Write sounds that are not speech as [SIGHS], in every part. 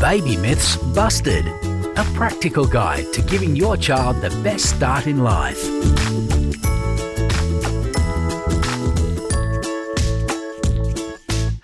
Baby Myths Busted, a practical guide to giving your child the best start in life.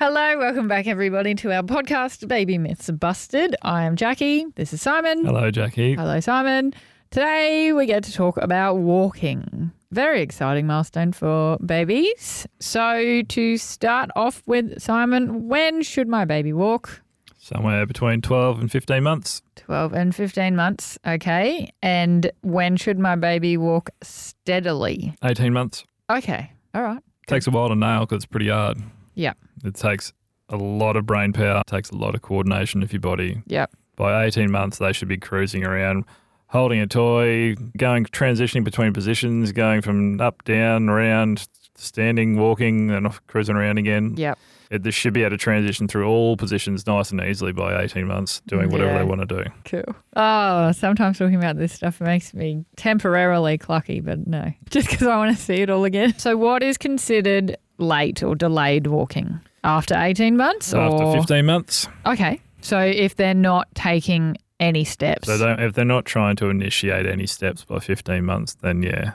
Hello, welcome back, everybody, to our podcast, Baby Myths Are Busted. I am Jackie. This is Simon. Hello, Jackie. Hello, Simon. Today we get to talk about walking. Very exciting milestone for babies. So, to start off with, Simon, when should my baby walk? Somewhere between 12 and 15 months. 12 and 15 months. Okay. And when should my baby walk steadily? 18 months. Okay. All right. Takes a while to nail because it's pretty hard. Yeah. It takes a lot of brain power, takes a lot of coordination of your body. Yep. By 18 months, they should be cruising around, holding a toy, going, transitioning between positions, going from up, down, around, standing, walking, and off, cruising around again. Yep. It, they should be able to transition through all positions nice and easily by 18 months, doing whatever Yeah. they want to do. Cool. Oh, sometimes talking about this stuff makes me temporarily clucky, but no, [LAUGHS] just because I want to see it all again. So, what is considered late or delayed walking after 18 months? or... After 15 months, Okay. So, if they're not taking any steps. So they if they're not trying to initiate any steps by 15 months, then yeah,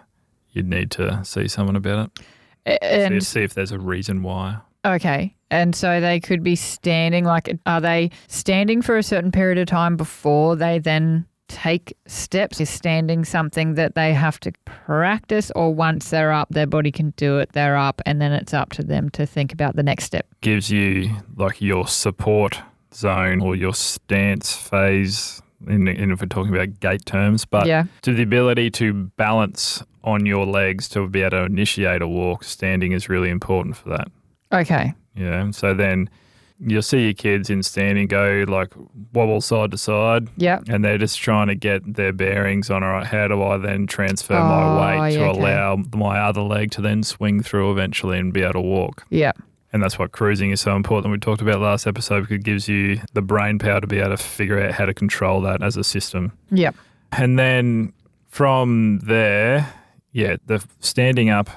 you'd need to see someone about it. A- and see, see if there's a reason why. okay. And so they could be standing, like, are they standing for a certain period of time before they then take steps? Is standing something that they have to practice, or once they're up, their body can do it, they're up, and then it's up to them to think about the next step? Gives you like your support zone or your stance phase. And and if we're talking about gait terms, but Yeah. to the ability to balance on your legs to be able to initiate a walk, standing is really important for that. Okay. Yeah. So then you'll see your kids in standing go like wobble side to side. Yep. and they're just trying to get their bearings on all right how do i then transfer Oh, my weight to yeah, okay. allow my other leg to then swing through eventually and be able to walk Yep. and that's why cruising is so important we talked about last episode because it gives you the brain power to be able to figure out how to control that as a system Yep. and then from there yeah the standing up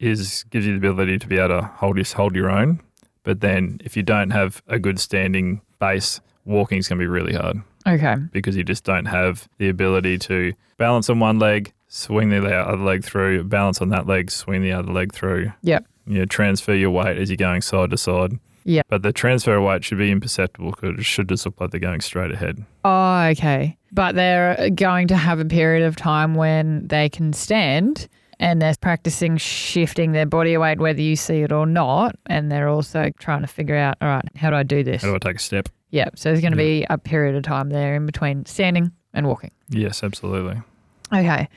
is gives you the ability to be able to hold your, hold your own but then if you don't have a good standing base walking's going to be really hard Okay. because you just don't have the ability to balance on one leg, swing the le- other leg through, balance on that leg, swing the other leg through. Yep. You know, transfer your weight as you're going side to side. Yeah. But the transfer of weight should be imperceptible because it should just look like they're going straight ahead. Oh, okay. But they're going to have a period of time when they can stand and they're practicing shifting their body weight, whether you see it or not. And they're also trying to figure out, all right, how do I do this? How do I take a step? yeah. So there's going to be a period of time there in between standing and walking. Yes, absolutely. Okay.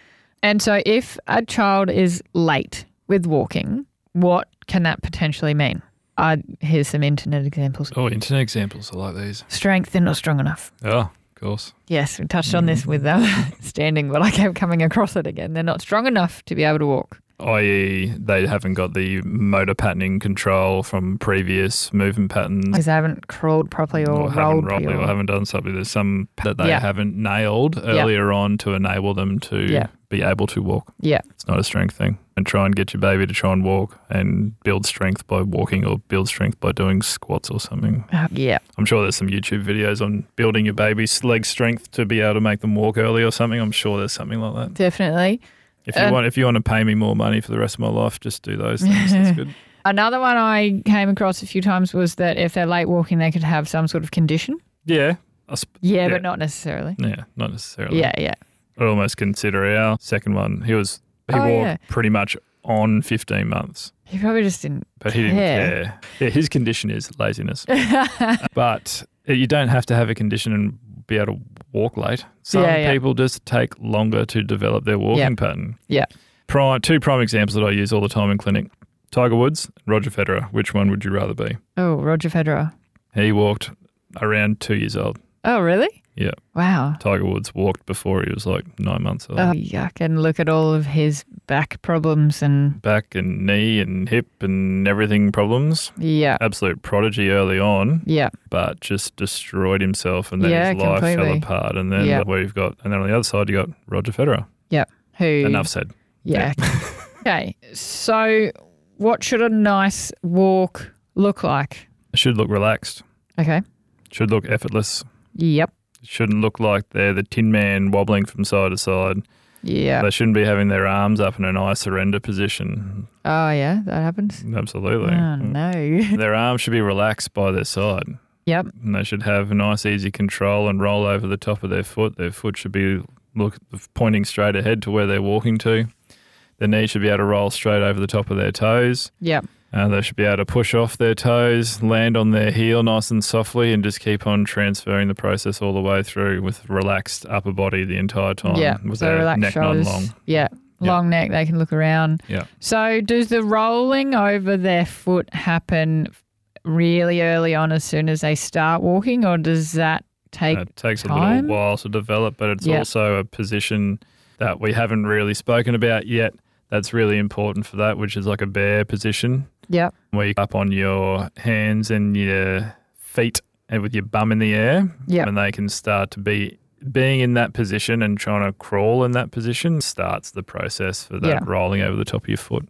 And so if a child is late with walking, what can that potentially mean? Uh, here's some internet examples. Oh, internet examples. I like these. Strength, they're not strong enough. Oh, of course. Yes, we touched on this with um, [LAUGHS] standing, but I kept coming across it again. They're not strong enough to be able to walk. I.e., E, they haven't got the motor patterning control from previous movement patterns. Because they haven't crawled properly or, rolled haven't rolled it or haven't done something. There's some that they Yeah. haven't nailed earlier on to enable them to Yeah. be able to walk. Yeah. It's not a strength thing. And try and get your baby to try and walk and build strength by walking or build strength by doing squats or something. Uh, yeah. I'm sure there's some YouTube videos on building your baby's leg strength to be able to make them walk early or something. I'm sure there's something like that. Definitely. If you And- want if you want to pay me more money for the rest of my life, just do those [LAUGHS] things. That's good. Another one I came across a few times was that if they're late walking, they could have some sort of condition. Yeah. I sp- Yeah, Yeah. but not necessarily. yeah, not necessarily. Yeah, yeah. I'd almost consider our second one. He was he Oh, walked yeah. pretty much on 15 months, He probably just didn't. but he didn't Care. care. Yeah, his condition is [LAUGHS] laziness. but you don't have to have a condition and be able to walk late. Some Yeah, yeah. people just take longer to develop their walking Yeah. pattern. Yeah. Prime, two prime examples that I use all the time in clinic Tiger Woods, Roger Federer. Which one would you rather be? Oh, Roger Federer. He walked around two years old. Oh, really? Yeah. Wow. Tiger Woods walked before he was like nine months old. Oh, yuck. And look at all of his back problems and back and knee and hip and everything problems. yeah. Absolute prodigy early on, Yeah. but just destroyed himself and then Yeah, his life fell completely. apart. And then Yeah. where you've got, and then on the other side, you got Roger Federer. Who? Enough said. Yeah. [LAUGHS] okay. So, what should a nice walk look like? Should look relaxed, Okay. should look effortless, Yep. It shouldn't look like they're the tin man wobbling from side to side. Yeah. They shouldn't be having their arms up in an I surrender position. Oh, yeah. That happens. Absolutely. Oh, no. [LAUGHS] Their arms should be relaxed by their side. yep. And they should have nice, easy control and roll over the top of their foot. Their foot should be look pointing straight ahead to where they're walking to. Their knee should be able to roll straight over the top of their toes. Yep. Uh, they should be able to push off their toes, land on their heel nice and softly, and just keep on transferring the process all the way through with relaxed upper body the entire time. Yeah. with So their relaxed neck shoulders. not long. Yeah. Long neck. They can look around. Yeah. So, does the rolling over their foot happen really early on as soon as they start walking, or does that take? It takes a time. little while to develop, but it's Yeah. also a position that we haven't really spoken about yet. That's really important for that, which is like a bear position Yep. where you're up on your hands and your feet and with your bum in the air. Yep. And they can start to be being in that position and trying to crawl in that position starts the process for that Yeah. rolling over the top of your foot.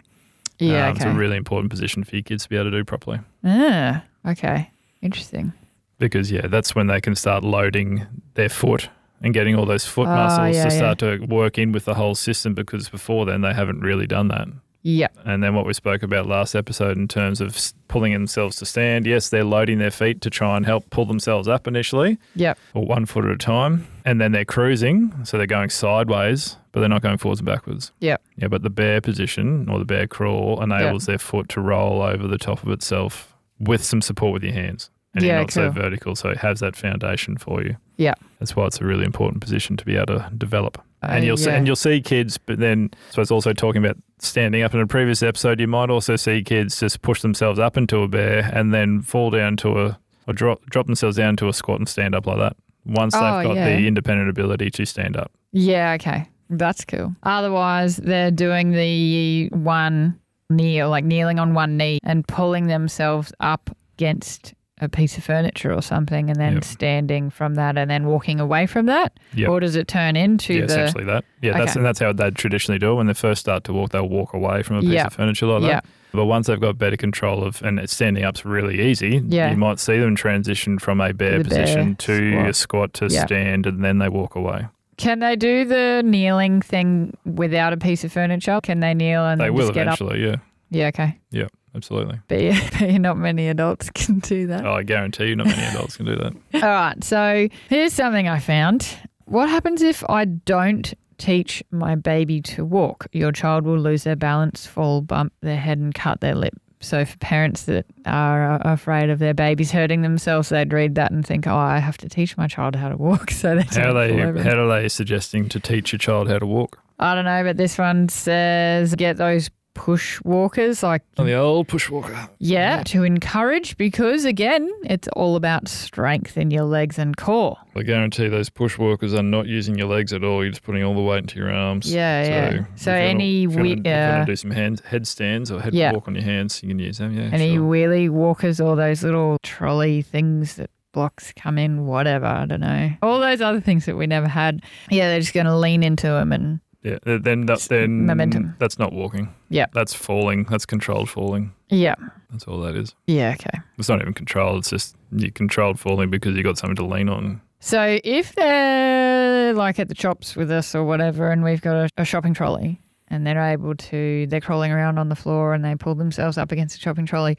Yeah. Um, It's okay. a really important position for your kids to be able to do properly. ah, okay. Interesting. Because yeah, that's when they can start loading their foot and getting all those foot Ah, muscles yeah, to start to work in with the whole system because before then they haven't really done that. Yep. And then what we spoke about last episode in terms of s- pulling themselves to stand, yes, they're loading their feet to try and help pull themselves up initially, Yep. or one foot at a time, and then they're cruising, so they're going sideways, but they're not going forwards and backwards. Yep. Yeah, but the bear position or the bear crawl enables their foot to roll over the top of itself with some support with your hands. And Yeah, you're not so cool. vertical, so it has that foundation for you. Yeah. That's why it's a really important position to be able to develop. And Uh, you'll see, yeah. and you'll see kids, but then I suppose also talking about standing up in a previous episode, you might also see kids just push themselves up into a bear and then fall down to a or drop drop themselves down to a squat and stand up like that. Once Oh, they've got yeah. the independent ability to stand up. Yeah, okay. That's cool. Otherwise, they're doing the one kneel, like kneeling on one knee and pulling themselves up against a piece of furniture or something and then Yep. standing from that and then walking away from that? Yep. Or does it turn into Yeah, the. essentially that. Yeah, that's Okay. and that's how they traditionally do it. When they first start to walk, they'll walk away from a piece Yeah. of furniture like Yeah. that. But once they've got better control of and it's standing up's really easy, Yeah. you might see them transition from a bear The bear position to a squat to Yeah. stand and then they walk away. Can they do the kneeling thing without a piece of furniture? Can they kneel and they then will just get up? eventually, yeah. Yeah, okay. Yeah, absolutely. But yeah, [LAUGHS] but yeah, not many adults can do that. Oh, I guarantee you not many adults can do [LAUGHS] that. All right. So here's something I found. What happens if I don't teach my baby to walk? Your child will lose their balance, fall, bump their head, and cut their lip. So for parents that are uh, afraid of their babies hurting themselves, they'd read that and think, "Oh, I have to teach my child how to walk." [LAUGHS] So they How don't are they fall over. how are they suggesting to teach your child how to walk? I don't know, but this one says get those push walkers like On Oh, the old push walker. yeah, to encourage because again it's all about strength in your legs and core I guarantee those push walkers are not using your legs at all. You're just putting all the weight into your arms. Yeah, yeah. if So you're gonna- any if you're wi- gonna- if you're gonna uh, do some hand headstands or head Yeah. walk on your hands, you can use them. Yeah, Any sure. wheelie walkers or those little trolley things that blocks come in, whatever, I don't know. All those other things that we never had. Yeah, they're just going to lean into them and yeah. th- Then that's then momentum. That's not walking. Yeah. that's falling. That's controlled falling. yeah. That's all that is. Yeah, okay. It's not even controlled. It's just you controlled falling because you got something to lean on. So if they're like at the shops with us or whatever and we've got a, a shopping trolley and they're able to they're crawling around on the floor and they pull themselves up against the shopping trolley,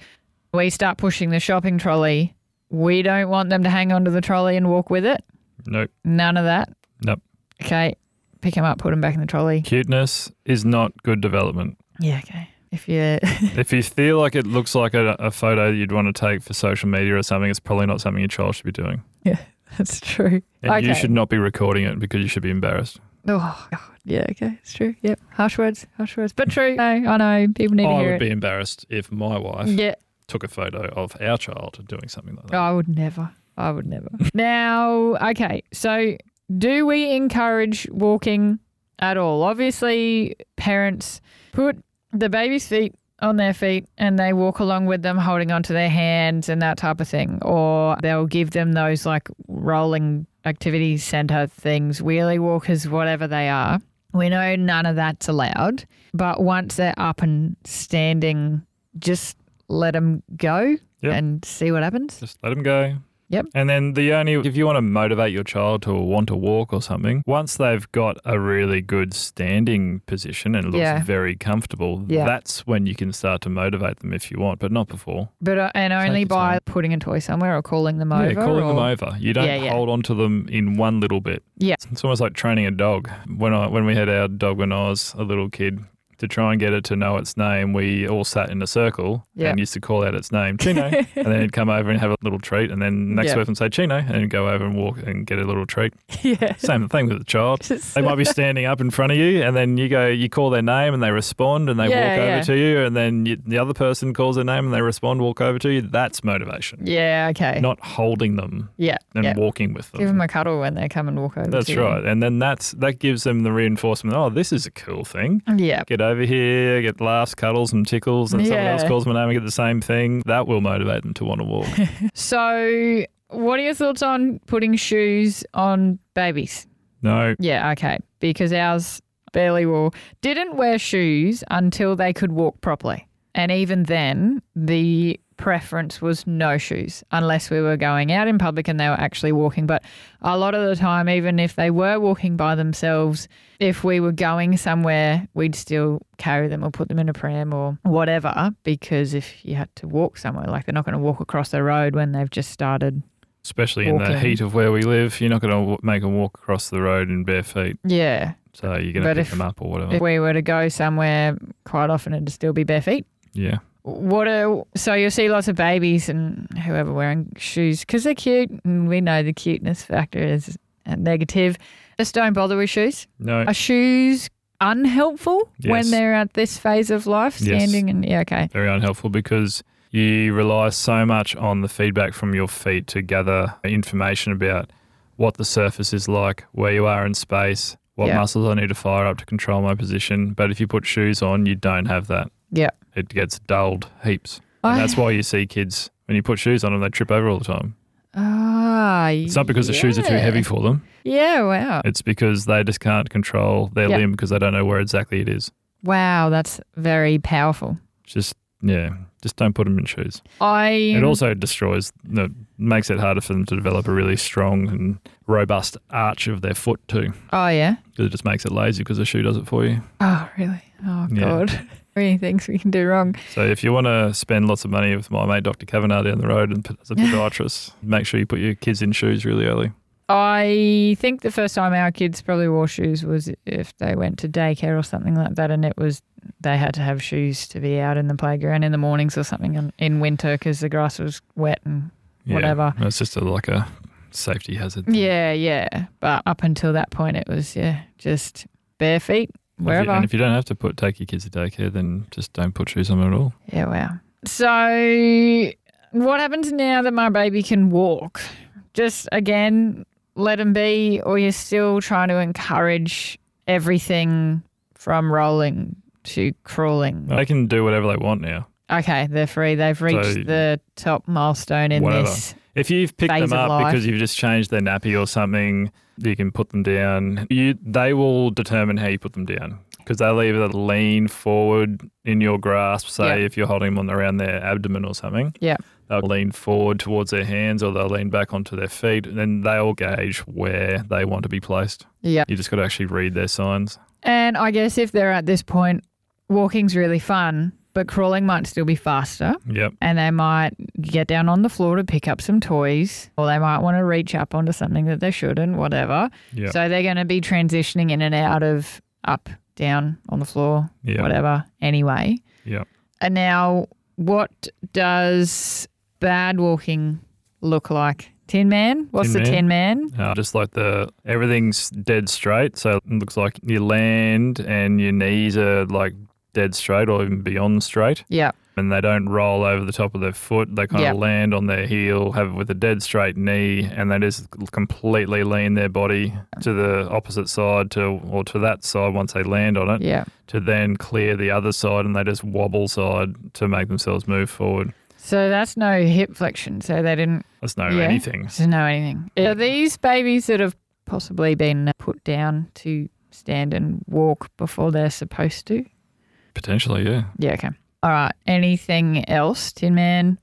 we start pushing the shopping trolley. We don't want them to hang onto the trolley and walk with it. Nope, None of that. nope. Okay. Pick them up, put them back in the trolley. Cuteness is not good development. Yeah, okay. If you [LAUGHS] If you feel like it looks like a, a photo that you'd want to take for social media or something, it's probably not something your child should be doing. Yeah, that's true. And okay. you should not be recording it because you should be embarrassed. Oh, God. Yeah, okay. It's true. Yep. Harsh words, harsh words. But true. No, I know. People need to Oh, I hear would it. be embarrassed if my wife yeah. took a photo of our child doing something like that. Oh, I would never. I would never. [LAUGHS] now, okay. So, do we encourage walking at all? Obviously, parents put the baby's feet on their feet and they walk along with them holding onto their hands and that type of thing or they'll give them those like rolling activity center things wheelie walkers whatever they are we know none of that's allowed but once they're up and standing just let them go Yep. and see what happens Just let him go. Yep. And then the only, if you want to motivate your child to want to walk or something, once they've got a really good standing position and it looks Yeah. very comfortable, Yeah. that's when you can start to motivate them if you want, but not before. But uh, and only your by time. putting a toy somewhere or calling them over. yeah, calling them or- over. You don't Yeah, yeah. hold on to them in one little bit. Yeah. It's almost like training a dog. When I when we had our dog when I was a little kid, to try and get it to know its name, we all sat in a circle Yeah. and used to call out its name, [LAUGHS] Chino. and then it'd come over and have a little treat and then next Yeah. person say Chino and it'd go over and walk and get a little treat. [LAUGHS] yeah. Same thing with the [LAUGHS] child. Just- They might be standing up in front of you, and then you go, you call their name, and they respond, and they Yeah, walk over yeah. to you, and then you, the other person calls their name, and they respond, walk over to you. That's motivation, yeah. Okay. not holding them yeah. and yeah. walking with them. Give them a cuddle when they come and walk over. That's to you. right. And then that's that gives them the reinforcement. Oh, this is a cool thing. Yeah. Get over here, get laughs, cuddles, and tickles, and someone else Yeah. calls my name and get the same thing. That will motivate them to want [LAUGHS] to walk. So, what are your thoughts on putting shoes on babies? no, Yeah. Okay. Because ours barely wore, didn't wear shoes until they could walk properly, and even then, the preference was no shoes unless we were going out in public and they were actually walking but a lot of the time even if they were walking by themselves if we were going somewhere we'd still carry them or put them in a pram or whatever because if you had to walk somewhere like they're not going to walk across the road when they've just started especially in the Walking. heat of where we live, you're not going to w- make them walk across the road in bare feet. yeah So you're going to But pick if- them up or whatever. if we were to go somewhere, quite often it'd still be bare feet. yeah. What a, so you'll see lots of babies and whoever wearing shoes because they're cute and we know the cuteness factor is a negative. Just don't bother with shoes. No. Are shoes unhelpful Yes. when they're at this phase of life, Yes. standing and yeah, okay, very unhelpful because you rely so much on the feedback from your feet to gather information about what the surface is like, where you are in space, what Yeah. muscles I need to fire up to control my position. But if you put shoes on, you don't have that. yeah. It gets dulled heaps. And I- that's why you see kids, when you put shoes on them, they trip over all the time. Ah, It's not because the shoes are too heavy for them. Yeah, wow, It's because they just can't control their Yeah. limb because they don't know where exactly it is. wow, that's very powerful. Just, yeah, just don't put them in shoes. I It also destroys, no, makes it harder for them to develop a really strong and robust arch of their foot too, oh yeah. 'cause it just makes it lazy because the shoe does it for you. Oh really? Oh Yeah. [LAUGHS] god, many things we can do wrong. So if you want to spend lots of money with my mate Dr. Kavanagh down the road and [LAUGHS] as a podiatrist, make sure you put your kids in shoes really early. I think the first time our kids probably wore shoes was if they went to daycare or something like that, and it was they had to have shoes to be out in the playground in the mornings or something in, in winter because the grass was wet and Yeah. Whatever. It's just a, like a safety hazard. thing. yeah, yeah. But up until that point, it was yeah, just bare feet If you- and wherever. if you don't have to put take your kids to daycare, then just don't put shoes on them at all. Yeah, wow. So what happens now that my baby can walk? Just again, let him be, or you're still trying to encourage everything from rolling to crawling. They can do whatever they want now. Okay, they're free. They've reached So- the top milestone in Whatever. this. If you've picked phase them of up life. because you've just changed their nappy or something, you can put them down. You, they will determine how you put them down because they'll either lean forward in your grasp, say Yeah. if you're holding them on around their abdomen or something. Yeah. They'll lean forward towards their hands or they'll lean back onto their feet. And then they'll gauge where they want to be placed. Yeah. You just got to actually read their signs. And I guess if they're at this point, walking's really fun, but crawling might still be faster. Yep. and they might get down on the floor to pick up some toys or they might want to reach up onto something that they shouldn't whatever Yeah. so they're going to be transitioning in and out of up down on the floor Yeah. whatever anyway Yep. and now what does bad walking look like tin man what's Tin the man? tin man Uh, just like the everything's dead straight, so it looks like you land and your knees are like dead straight or even beyond straight, yeah and they don't roll over the top of their foot. They kind Yeah. of land on their heel, have it with a dead straight knee, and they just completely lean their body to the opposite side to or to that side once they land on it yeah to then clear the other side, and they just wobble side to make themselves move forward. so that's no hip flexion so they didn't That's no Yeah. anything. To know anything. Are these babies that have possibly been put down to stand and walk before they're supposed to? Potentially, yeah. Yeah, okay. All right. Anything else, Tin Man?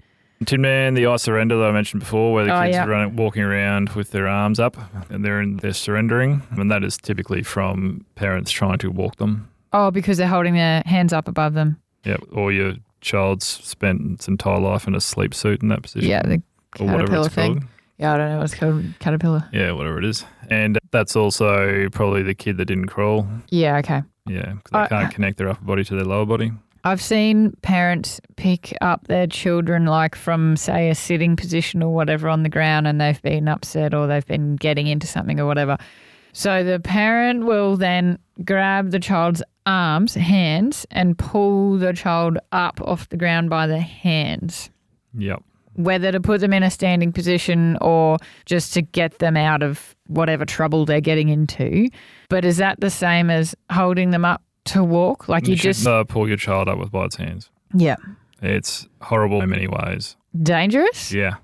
Tin Man, the I surrender that I mentioned before, where the Oh, kids yeah. are running, walking around with their arms up and they're in, they're surrendering, and that is typically from parents trying to walk them. Oh, because they're holding their hands up above them. Yeah, or your child's spent its entire life in a sleep suit in that position. Yeah, the or whatever caterpillar it's thing. called. Yeah, I don't know what it's called. Caterpillar. Yeah, whatever it is, and that's also probably the kid that didn't crawl. Yeah, okay. Yeah, because they I- can't connect their upper body to their lower body. I've seen parents pick up their children, like from, say, a sitting position or whatever on the ground, and they've been upset or they've been getting into something or whatever. So the parent will then grab the child's arms, hands, and pull the child up off the ground by the hands, Yep. whether to put them in a standing position or just to get them out of whatever trouble they're getting into. But is that the same as holding them up to walk? Like you, You, should just. not pull your child up with both hands. Yeah. It's horrible in many ways. Dangerous? Yeah.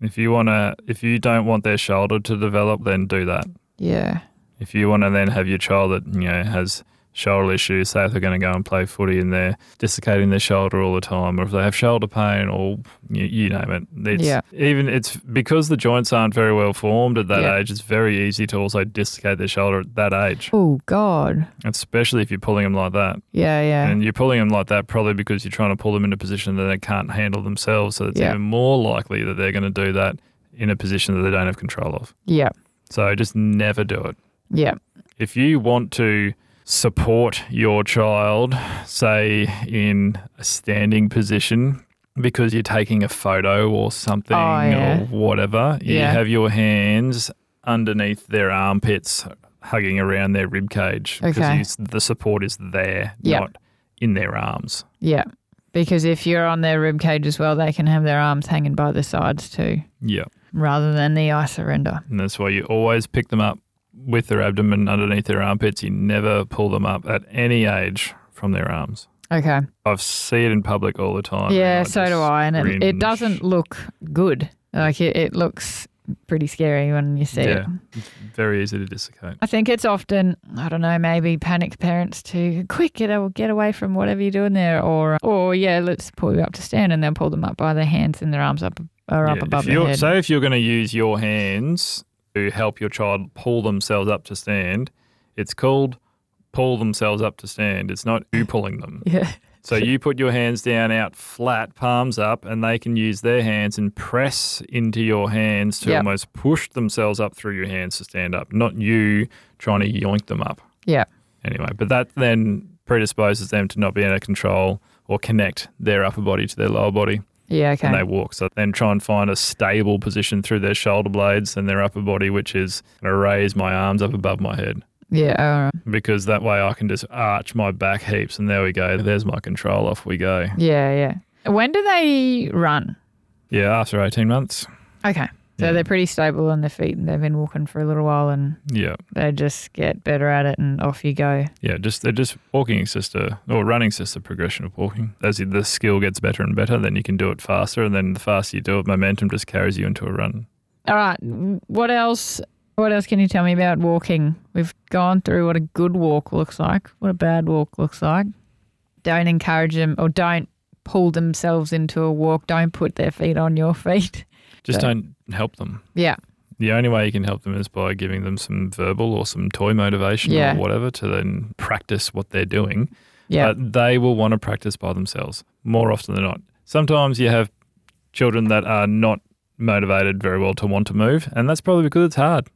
If you want to, if you don't want their shoulder to develop, then do that. Yeah. If you want to then have your child that, you know, has shoulder issues, say if they're going to go and play footy and they're dislocating their shoulder all the time, or if they have shoulder pain or you, you name it. It's, Yeah. Even it's because the joints aren't very well formed at that Yeah. age, it's very easy to also dislocate their shoulder at that age, Oh God. especially if you're pulling them like that. Yeah, yeah. And you're pulling them like that probably because you're trying to pull them in a position that they can't handle themselves. So it's Yeah. even more likely that they're going to do that in a position that they don't have control of. yeah. So just never do it. Yeah. If you want to support your child, say in a standing position, because you're taking a photo or something Oh, yeah. or whatever, you Yeah. have your hands underneath their armpits, hugging around their rib cage Okay. because you, the support is there, Yep. not in their arms. Yeah. Because if you're on their rib cage as well, they can have their arms hanging by the sides too, Yeah. rather than the I surrender. And that's why you always pick them up with their abdomen underneath their armpits. You never pull them up at any age from their arms. Okay. I see it in public all the time. yeah, and so do just I. And it, it cringe. doesn't look good. Like it, it looks pretty scary when you see it. Yeah, it's very easy to dislocate. I think it's often, I don't know, maybe panic parents to quick get aw- get away from whatever you're doing there, or or yeah, let's pull you up to stand, and they'll pull them up by their hands and their arms up are up Yeah, above if their you're- head. Say if you're going to use your hands to help your child pull themselves up to stand, it's called pull themselves up to stand. It's not you pulling them. [LAUGHS] yeah. So you put your hands down out flat, palms up, and they can use their hands and press into your hands to Yep. almost push themselves up through your hands to stand up, not you trying to yoink them up. Yeah. Anyway, but that then predisposes them to not be able to control or connect their upper body to their lower body Yeah. when they Okay. walk. So then try and find a stable position through their shoulder blades and their upper body, which is going to raise my arms up above my head Yeah. all right. because that way I can just arch my back heaps and there we go. There's my control. Off we go. Yeah. Yeah. When do they run? Yeah, after 18 months. Okay. So Yeah. they're pretty stable on their feet, and they've been walking for a little while, and Yeah. they just get better at it, and off you go. Yeah, just they're just walking is just a or running is just a progression of walking. As you- the skill gets better and better, then you can do it faster, and then the faster you do it, momentum just carries you into a run. All right. What else? What else can you tell me about walking? We've gone through what a good walk looks like, what a bad walk looks like. Don't encourage them or don't pull themselves into a walk. Don't put their feet on your feet. [LAUGHS] Just Yeah. don't help them. Yeah. The only way you can help them is by giving them some verbal or some toy motivation Yeah. or whatever to then practice what they're doing. Yeah. But they will want to practice by themselves more often than not. Sometimes you have children that are not motivated very well to want to move, and that's probably because it's hard.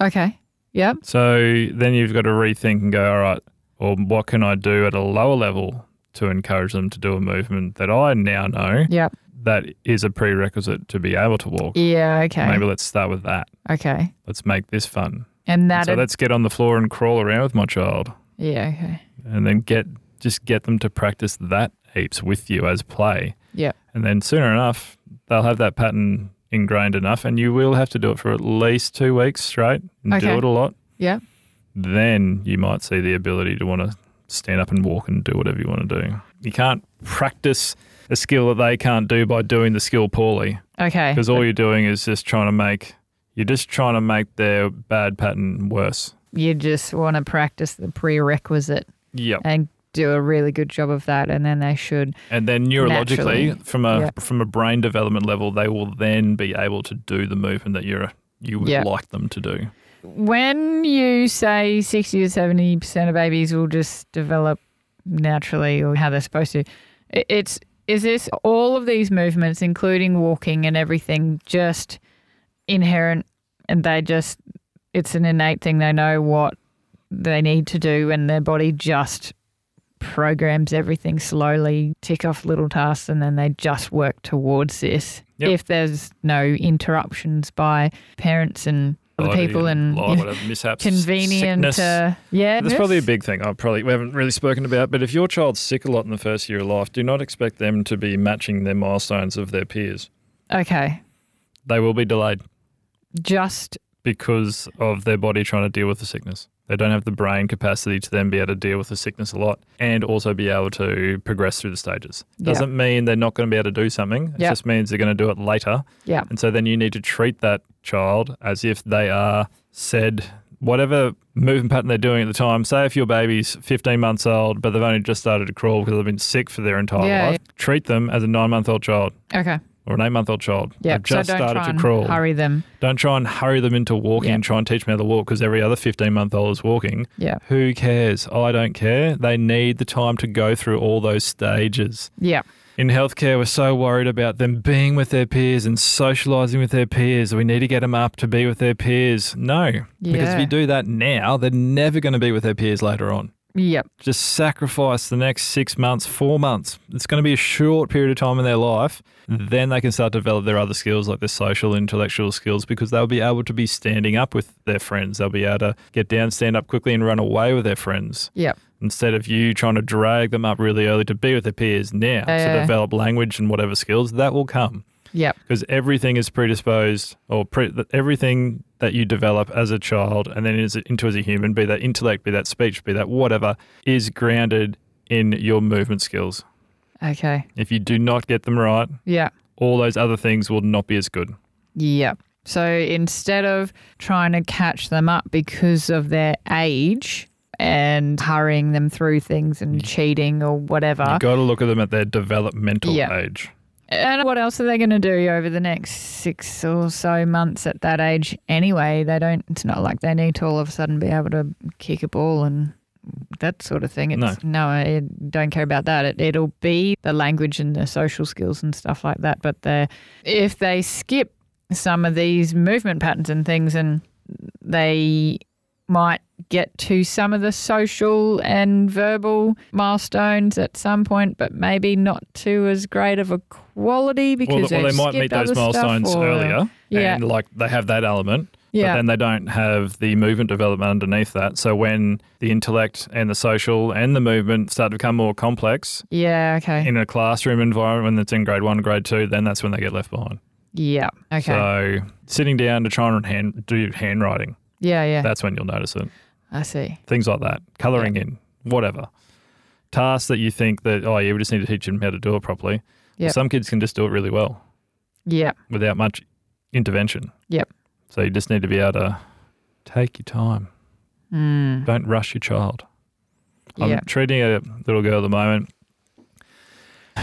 okay. Yep. So then you've got to rethink and go, all right, well, what can I do at a lower level to encourage them to do a movement that I now know Yep. that is a prerequisite to be able to walk? Yeah. Okay. Maybe let's start with that. Okay. Let's make this fun. And that. so let's get on the floor and crawl around with my child yeah. Okay. and then get just get them to practice that heaps with you as play. Yep. And then sooner enough, they'll have that pattern ingrained enough and you will have to do it for at least two weeks straight and Okay. do it a lot. Yep. then you might see the ability to want to stand up and walk and do whatever you want to do. You can't practice a skill that they can't do by doing the skill poorly Okay. because all you're doing is just trying to make you're just trying to make their bad pattern worse. you just want to practice the prerequisite Yep. and do a really good job of that, and then they should. And then neurologically, Naturally. from a Yeah. from a brain development level, they will then be able to do the movement that you're you would Yeah. like them to do. When you say 60 to 70% of babies will just develop naturally or how they're supposed to, i- it's is this all of these movements, including walking and everything, just inherent and they just, it's an innate thing. They know what they need to do and their body just programs everything slowly, tick off little tasks, and then they just work towards this. Yep. If there's no interruptions by parents and other Anxiety people and [LAUGHS] like, whatever, mishaps, convenient. sickness. Uh, yeah, That's probably a big thing. I probably we haven't really spoken about, but if your child's sick a lot in the first year of life, do not expect them to be matching their milestones of their peers. okay. They will be delayed Just because of their body trying to deal with the sickness. They don't have the brain capacity to then be able to deal with the sickness a lot and also be able to progress through the stages. Yeah. Doesn't mean they're not going to be able to do something. It Yeah. just means they're going to do it later. yeah, And so then you need to treat that child as if they are said whatever movement pattern they're doing at the time. Say if your baby's 15 months old, but they've only just started to crawl because they've been sick for their entire Yeah, life. Treat them as a nine month old child okay, or an eight month old child. yeah. They've just so don't started try to and crawl. hurry them. Don't try and hurry them into walking Yeah. and try and teach them how to walk because every other 15 month old is walking. Yeah, Who cares? I don't care. They need the time to go through all those stages. yeah, In healthcare, we're so worried about them being with their peers and socializing with their peers. We need to get them up to be with their peers. No, because if Yeah. you do that now, they're never going to be with their peers later on. yep, Just sacrifice the next six months, four months. It's going to be a short period of time in their life. Then they can start to develop their other skills, like their social, intellectual skills, because they'll be able to be standing up with their friends. They'll be able to get down, stand up quickly, and run away with their friends yep. instead of you trying to drag them up really early to be with their peers now Yeah. to develop language and whatever skills that will come Yep. because everything is predisposed or pre- that everything that you develop as a child and then is into as a human be that intellect be that speech be that whatever is grounded in your movement skills Okay. if you do not get them right Yeah. all those other things will not be as good Yeah. So instead of trying to catch them up because of their age and hurrying them through things and cheating or whatever, you got to look at them at their developmental Yeah. age and what else are they going to do over the next six or so months at that age anyway? They don't. It's not like they need to all of a sudden be able to kick a ball and that sort of thing. It's, no, I don't care about that. It, it'll be the language and the social skills and stuff like that. But the if they skip some of these movement patterns and things, and they might get to some of the social and verbal milestones at some point, but maybe not to as great of a quality Well, because well, they they've might skipped meet those other stuff milestones or- earlier, Yeah. and like they have that element, Yeah. but then they don't have the movement development underneath that. So when the intellect and the social and the movement start to become more complex Yeah. Okay. in a classroom environment, when it's in grade one, grade two, then that's when they get left behind. yeah. Okay. So sitting down to try and hand, do handwriting, yeah. Yeah. that's when you'll notice it. I see. Things like that, coloring in, whatever. Tasks that you think that oh yeah, we just need to teach them how to do it properly. Yeah. Some kids can just do it really well. Yeah. without much intervention. Yep. So you just need to be able to take your time. Mm. Don't rush your child. I'm Yeah. treating a little girl at the moment.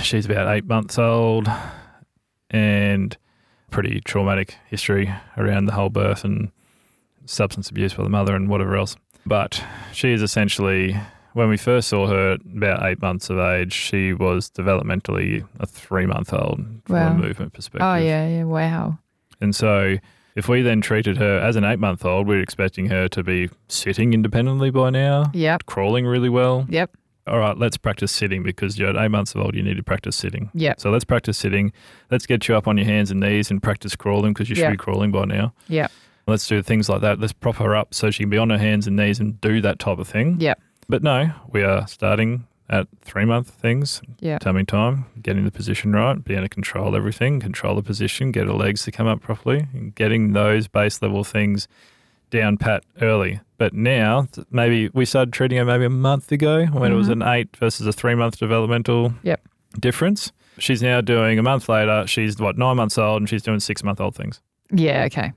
She's about eight months old and pretty traumatic history around the whole birth and substance abuse by the mother and whatever else. But she is essentially, when we first saw her at about eight months of age, she was developmentally a three month old from Wow. a movement perspective. Oh yeah. Yeah. Wow. And so, if we then treated her as an eight month old, we're expecting her to be sitting independently by now, Yep. crawling really well. Yep. All right, let's practice sitting because you're at eight months old, you need to practice sitting. Yep. So, let's practice sitting. Let's get you up on your hands and knees and practice crawling because you should Yeah. be crawling by now. Yep. Let's do things like that. Let's prop her up so she can be on her hands and knees and do that type of thing. Yep. But no, we are starting at three month things, Yep. tummy time, getting the position right, being able to control everything, control the position, get her legs to come up properly, and getting those base level things down pat early. But now, th- maybe we started treating her maybe a month ago when it was an eight versus a three month developmental Mm-hmm. Yep. difference. She's now doing a month later, she's what, nine months old, and she's doing six month old things. Yeah. Okay.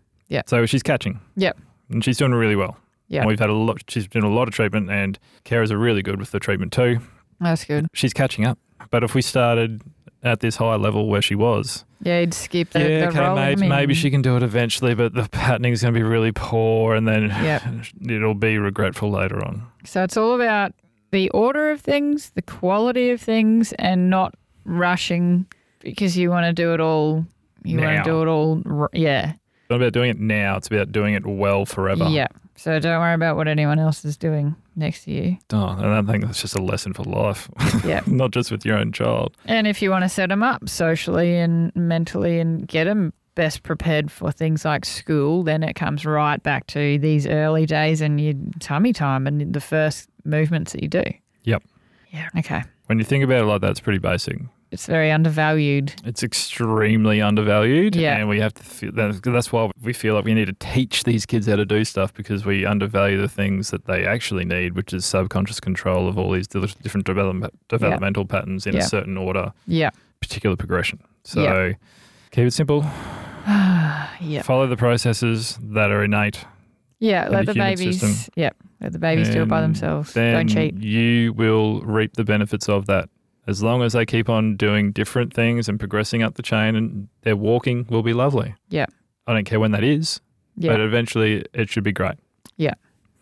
So she's catching. Yep. And she's doing really well. Yeah. And we've had a lot, she's doing a lot of treatment, and carers are really good with the treatment too. That's good. She's catching up. But if we started at this high level where she was, Yeah, you'd skip the, yeah, the okay, roll maybe, them maybe in. she can do it eventually, but the patterning's going to be really poor and then Yep. [LAUGHS] it'll be regretful later on. So it's all about the order of things, the quality of things, and not rushing because you want to do it all. You Now. want to do it all. r- Yeah. It's not about doing it now, it's about doing it well forever. Yeah. So don't worry about what anyone else is doing next to you. Oh, and I think that's just a lesson for life, Yeah. [LAUGHS] not just with your own child. and if you want to set them up socially and mentally and get them best prepared for things like school, then it comes right back to these early days and your tummy time and the first movements that you do. Yep. Yeah. Okay. When you think about it like that, it's pretty basic. It's very undervalued. It's extremely undervalued. Yeah. And we have to, feel, that- that's why we feel like we need to teach these kids how to do stuff because we undervalue the things that they actually need, which is subconscious control of all these dil- different development, developmental patterns in Yeah. a certain order, Yeah. [SIGHS] particular progression. So Yeah. keep it simple, Yeah. follow the processes that are innate. Yeah, the let the, human babies. system. Yep, let the babies do it by and themselves. Then Don't cheat. You will reap the benefits of that. As long as they keep on doing different things and progressing up the chain, and their walking will be lovely. Yeah. I don't care when that is. Yeah, but eventually it should be great. Yeah.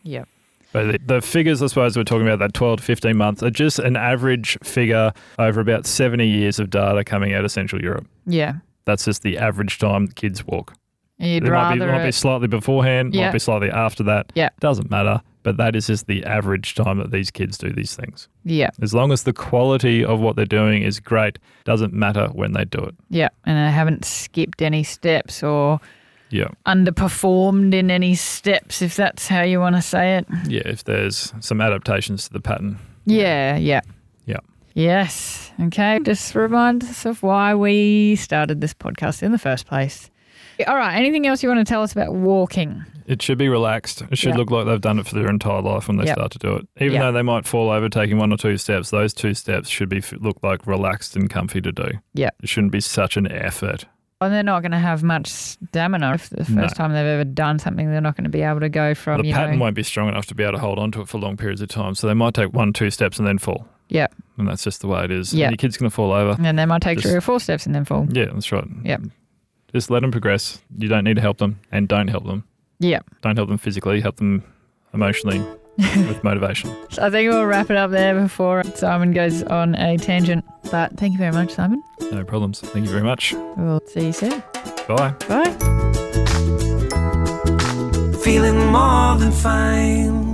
Yeah. But the, the figures, I suppose, we're talking about that 12 to 15 months are just an average figure over about 70 years of data coming out of Central Europe. yeah. That's just the average time kids walk. And You'd it might rather be, might be it- slightly beforehand, Yeah. might be slightly after that. Yeah. Doesn't matter. But that is just the average time that these kids do these things. yeah, As long as the quality of what they're doing is great, doesn't matter when they do it. yeah, and I haven't skipped any steps or Yeah. [LAUGHS] underperformed in any steps, if that's how you want to say it. Yeah. If there's some adaptations to the pattern. Yeah, yeah, Yeah. yes. Okay, just remind us of why we started this podcast in the first place. All right. Anything else you want to tell us about walking? It should be relaxed. It should Yeah. look like they've done it for their entire life when they Yep. start to do it. Even Yeah. though they might fall over taking one or two steps, those two steps should be look like relaxed and comfy to do. Yeah. It shouldn't be such an effort. And they're not going to have much stamina if the first No. time they've ever done something, they're not going to be able to go from, the you pattern know, won't be strong enough to be able to hold on to it for long periods of time. So they might take one, two steps and then fall. yeah. And that's just the way it is. Yeah. And your kid's going to fall over. And they might take Just- three or four steps and then fall. Yeah, that's right. Mm-hmm. Yep. Just let them progress. You don't need to help them and don't help them. Yeah. Don't help them physically, help them [LAUGHS] emotionally with motivation. So I think we'll wrap it up there before Simon goes on a tangent. But thank you very much, Simon. No problems. Thank you very much. We'll see you soon. Bye. Bye. feeling more than fine.